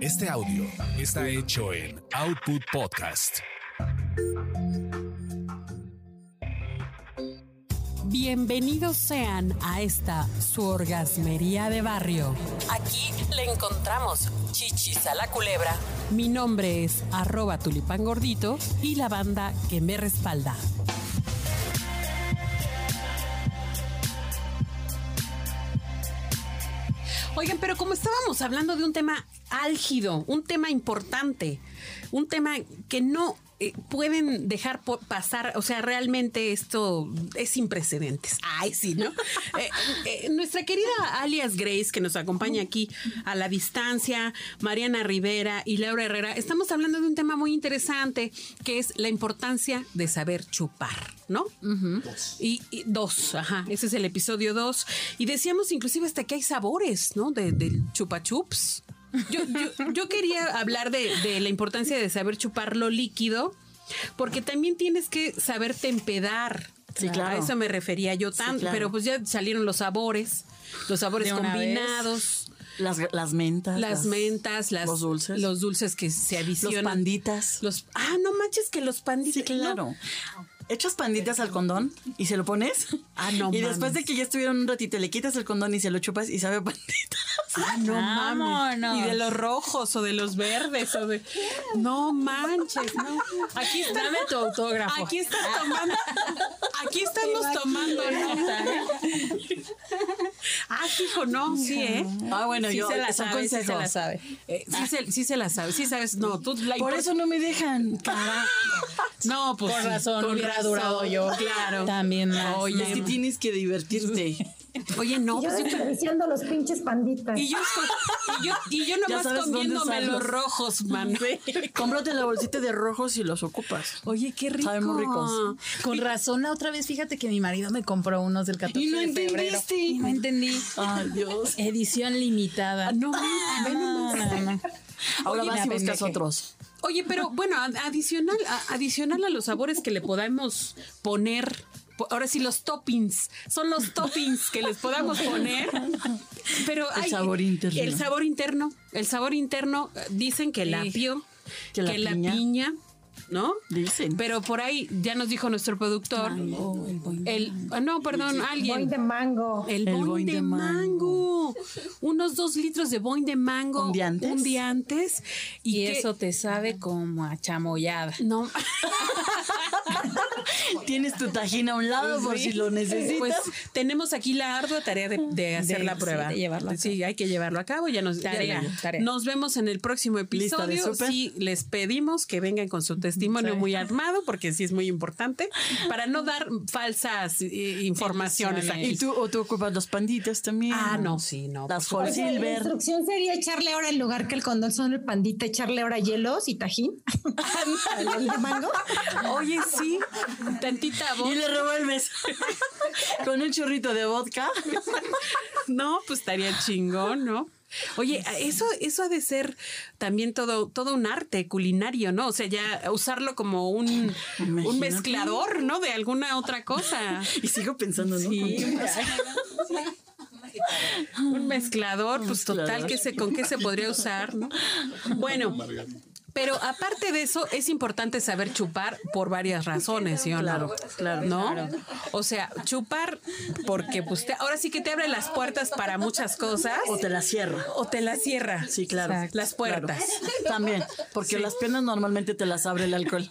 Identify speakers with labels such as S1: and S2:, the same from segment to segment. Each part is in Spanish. S1: Este audio está hecho en Output Podcast.
S2: Bienvenidos sean a esta su orgasmería de barrio.
S3: Aquí le encontramos chichis a la culebra.
S2: Mi nombre es arroba tulipán gordito y la banda que me respalda. Oigan, pero como estábamos hablando de un tema álgido, un tema importante, un tema que no eh, pueden dejar po- pasar, o sea, realmente esto es sin precedentes. Ay, sí, ¿no? Eh, eh, nuestra querida alias Grace, que nos acompaña aquí a la distancia, Mariana Rivera y Laura Herrera, estamos hablando de un tema muy interesante, que es la importancia de saber chupar, ¿no? Y, y dos, ajá, ese es el episodio dos. Y decíamos inclusive hasta que hay sabores, ¿no? De, del chupa chups. Yo, yo- yo quería hablar de, de la importancia de saber chupar lo líquido, porque también tienes que saber tempedar.
S4: Sí, claro.
S2: A eso me refería yo tanto,
S4: claro.
S2: pero pues ya salieron los sabores, los sabores
S4: De una
S2: combinados,
S4: Las, las mentas.
S2: las mentas, las,
S4: los dulces.
S2: los dulces que se adicionan.
S4: Los panditas.
S2: Los, ah, no manches que los panditas.
S4: Sí, claro. Echas panditas al condón y se lo pones.
S2: Ah, no
S4: Y después de
S2: mames.
S4: que ya estuvieron un ratito, le quitas el condón y se lo chupas y sabe a pandita.
S2: Ah, no mames.
S5: Vámonos.
S2: Y de los rojos o de los verdes o de. No manches, no. Aquí está.
S5: Dame tu autógrafo.
S2: Aquí estás tomando. Aquí estamos tomando nota. ¿eh? Ah, hijo, no. Sí, ¿eh?
S4: Ah, bueno,
S2: Sí
S4: yo
S2: se la
S4: son
S2: sabe, sí se la
S4: consejos.
S5: sabe.
S2: Eh, sí, se, sí se la sabe. Sí sabes. No, tú la
S4: Por
S2: impor-
S4: eso no me dejan.
S2: No, pues.
S5: Con
S2: sí,
S5: razón,
S2: con
S5: hubiera
S2: razón,
S5: durado yo.
S2: Claro.
S5: También más.
S2: Oye,
S4: Es que tienes que divertirte.
S2: Oye, no,
S6: Y yo
S2: pues yo
S6: desperdiciando los pinches panditas.
S2: y yo, esco- y yo, y yo nomás
S4: sabes dónde
S2: comiéndome
S4: usarlos.
S2: los rojos, man.
S4: Cómprate la bolsita de rojos y los ocupas.
S2: Oye, qué rico.
S4: Saben muy ricos.
S5: Con razón, la otra vez, fíjate que mi marido me compró unos del 14
S4: Y no
S5: de febrero.
S4: entendiste.
S5: Y no entendí.
S4: Ay, Dios.
S5: Edición limitada.
S2: Ah, No, mira, ve nomás.
S4: Ahora
S5: Oye,
S4: vas y
S5: la
S4: buscas
S5: pendeje.
S4: otros.
S2: Oye, pero bueno, ad- adicional, a- adicional a los sabores que le podamos poner. po- Ahora sí, los toppings. Son los toppings que les podamos poner. Pero
S4: El
S2: hay-
S4: sabor interno.
S2: El sabor interno. El sabor interno. eh, Dicen que el apio, que,
S4: Que
S2: la,
S4: la
S2: piña.
S4: piña.
S2: ¿no?
S4: Dicen.
S2: Pero por ahí ya nos dijo nuestro productor. el, ah, no, perdón, alguien.
S6: Voy de mango.
S2: El,
S4: El
S2: boing,
S4: boing
S2: de,
S4: de
S2: mango. Unos dos litros de boing de mango.
S4: ¿Un día antes?
S2: Un día antes.
S5: Y,
S2: Y, que-
S5: eso te sabe como a chamoyada.
S2: No,
S4: Tienes tu tajín a un lado por si lo necesitas.
S2: pues tenemos aquí la ardua tarea de, de hacer
S5: De-
S2: la
S5: sí,
S2: prueba.
S5: de llevarlo a
S2: Sí, hay que llevarlo a cabo. Ya nos, ya
S5: Tarea,
S2: la-
S5: tarea.
S2: nos vemos en el próximo
S4: Lista de
S2: episodio.
S4: súper.
S2: Sí, les pedimos que vengan con su testimonio
S5: Sí.
S2: muy armado, porque sí es muy importante, para no dar falsas eh, informaciones
S5: Ilusiones.
S2: aquí.
S4: Y tú, o tú ocupas los panditas también.
S2: Ah, no, sí, no.
S4: Las
S6: O
S4: Four
S6: sea, la
S4: Silver.
S6: instrucción sería echarle ahora en lugar que el condón son el pandita, echarle ahora hielos y tajín. Al boing de mango.
S2: Oye, sí, tantita voz.
S4: Y le revuelves con un chorrito de vodka.
S2: No, pues estaría chingón, ¿no? Oye, eso, eso ha de ser también todo, todo un arte culinario, ¿no? O sea, ya usarlo como un, un
S4: Imagínate.
S2: mezclador, ¿no? De alguna otra cosa.
S4: Y sigo pensando, ¿no? ¿Con qué más?
S2: Un mezclador, pues total,
S4: mezclador.
S2: que se, ¿con qué se podría usar, no? Bueno. Pero aparte de eso, es importante saber chupar por varias razones, ¿sí o no?
S4: Claro, claro,
S2: ¿No? O sea, chupar porque pues te- ahora sí que te abre las puertas para muchas cosas.
S4: O te la cierro.
S2: o te la cierra.
S4: Sí, claro.
S2: Exacto. Las puertas.
S4: Claro. También, porque las piernas normalmente te las abre el alcohol.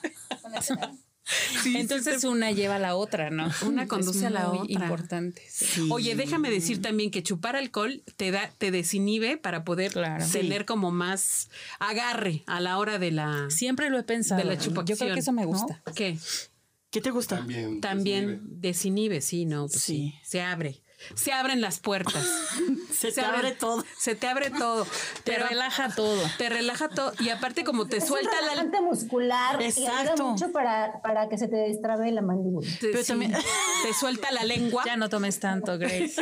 S5: Entonces una lleva a la otra, ¿no?
S2: Una conduce
S5: Es
S2: a la
S5: muy
S2: otra.
S5: Importante.
S4: Sí.
S2: Oye, déjame decir también que chupar alcohol te da, te desinhibe para poder
S5: Claro.
S2: tener como más agarre a la hora de la,
S5: Siempre lo he pensado.
S2: de la
S5: Yo creo
S2: chupacción,
S5: que eso me
S2: ¿no?
S5: gusta.
S2: ¿Qué?
S4: ¿Qué te gusta?
S2: También desinhibe, sí, no, pues sí.
S4: Sí.
S2: Se abre. Se abren las puertas.
S4: Se, te abre
S2: abren-
S4: todo.
S2: Se te abre todo.
S5: Te
S2: Pero-
S5: relaja todo.
S2: Te relaja todo. Y aparte, como te suelta
S6: es un
S2: la.
S6: relajante muscular. y ayuda
S4: Exacto.
S6: mucho para, para que se te destrabe la mandíbula.
S2: te-
S4: Pero
S2: sí,
S4: también-
S2: te suelta la lengua.
S5: Ya no tomes tanto, Grace.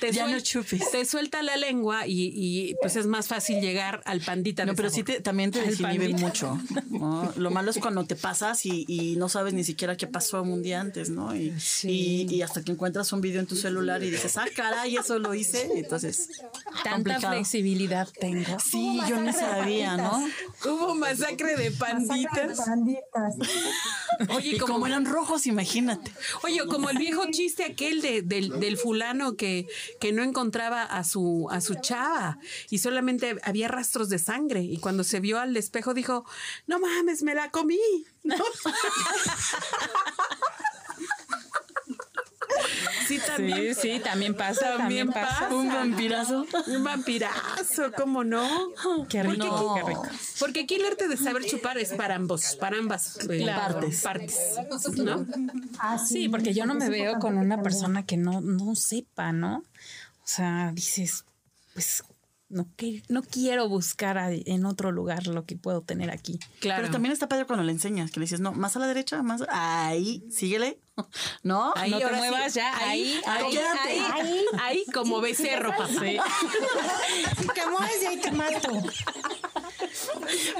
S2: te
S4: Ya
S2: suel-
S4: no chupes.
S2: Te suelta la lengua y, y, pues es más fácil llegar al pandita.
S4: No,
S2: de
S4: pero
S2: sabor.
S4: sí te- también te
S5: Al
S4: desinhibe
S5: pandita.
S4: mucho. ¿no? Lo malo es cuando te pasas y, y no sabes ni siquiera qué pasó un día antes, ¿no? Y,
S2: Sí.
S4: y- y hasta que encuentras un video en tu celular y dices, ah, caray, eso lo hice. Entonces,
S5: Tanta
S4: complicado.
S5: flexibilidad tengo.
S4: Sí, yo ni sabía, ¿no?
S2: Hubo masacre de panditas. Oye,
S4: Y como eran rojos, imagínate.
S2: Oye, como el viejo chiste aquel de- del, del fulano que, que no encontraba a su, a su chava y solamente había rastros de sangre. Y cuando se vio al espejo dijo, no mames, me la comí. ¿no? sí, también.
S5: Sí, sí, también pasa,
S2: También
S5: también, pasa.
S2: pasa.
S4: Un vampirazo.
S2: Un vampirazo, ¿cómo no? Porque
S5: Qué rico,
S2: aquí-
S5: qué rico.
S2: Porque aquí el arte de saber chupar es para ambos, para ambas eh,
S5: Claro.
S2: partes. partes, ¿no?
S6: Ah,
S5: Sí, porque yo no me veo con una persona que no, no sepa, ¿no? O sea, dices, pues no, que, no quiero buscar a- en otro lugar lo que puedo tener aquí.
S2: Claro.
S4: Pero también está padre cuando le enseñas, que le dices, no, más a la derecha, más. Ahí, síguele. No,
S5: Ahí,
S4: no
S5: no te muevas ya, ahí, ahí,
S4: quédate.
S5: ahí.
S2: Ahí como becerro, papá.
S6: Si te mueres de ahí te mato.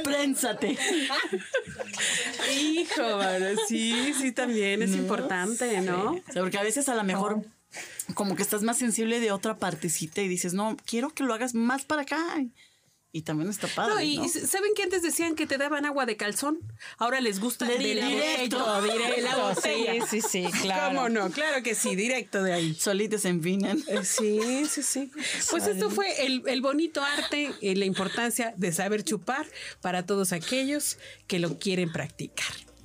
S4: Prénsate.
S2: Hijo, mano, sí, sí, también es importante, ¿no?
S4: O sea, porque a veces a lo mejor como que estás más sensible de otra partecita y dices, no, quiero que lo hagas más para acá. Y también está padre.
S2: No, y
S4: ¿no?
S2: s- ¿saben que antes decían que te daban agua de calzón? Ahora les gusta
S4: De
S2: la
S4: directo,
S2: botella.
S4: directo,
S2: De la botella.
S5: Sí, sí, sí, claro.
S2: ¿Cómo no? Claro que sí, directo de ahí.
S4: Solitos se enfinan.
S2: Eh, Sí, sí, sí. Pues esto fue el, el bonito arte, eh, la importancia de saber chupar para todos aquellos que lo quieren practicar.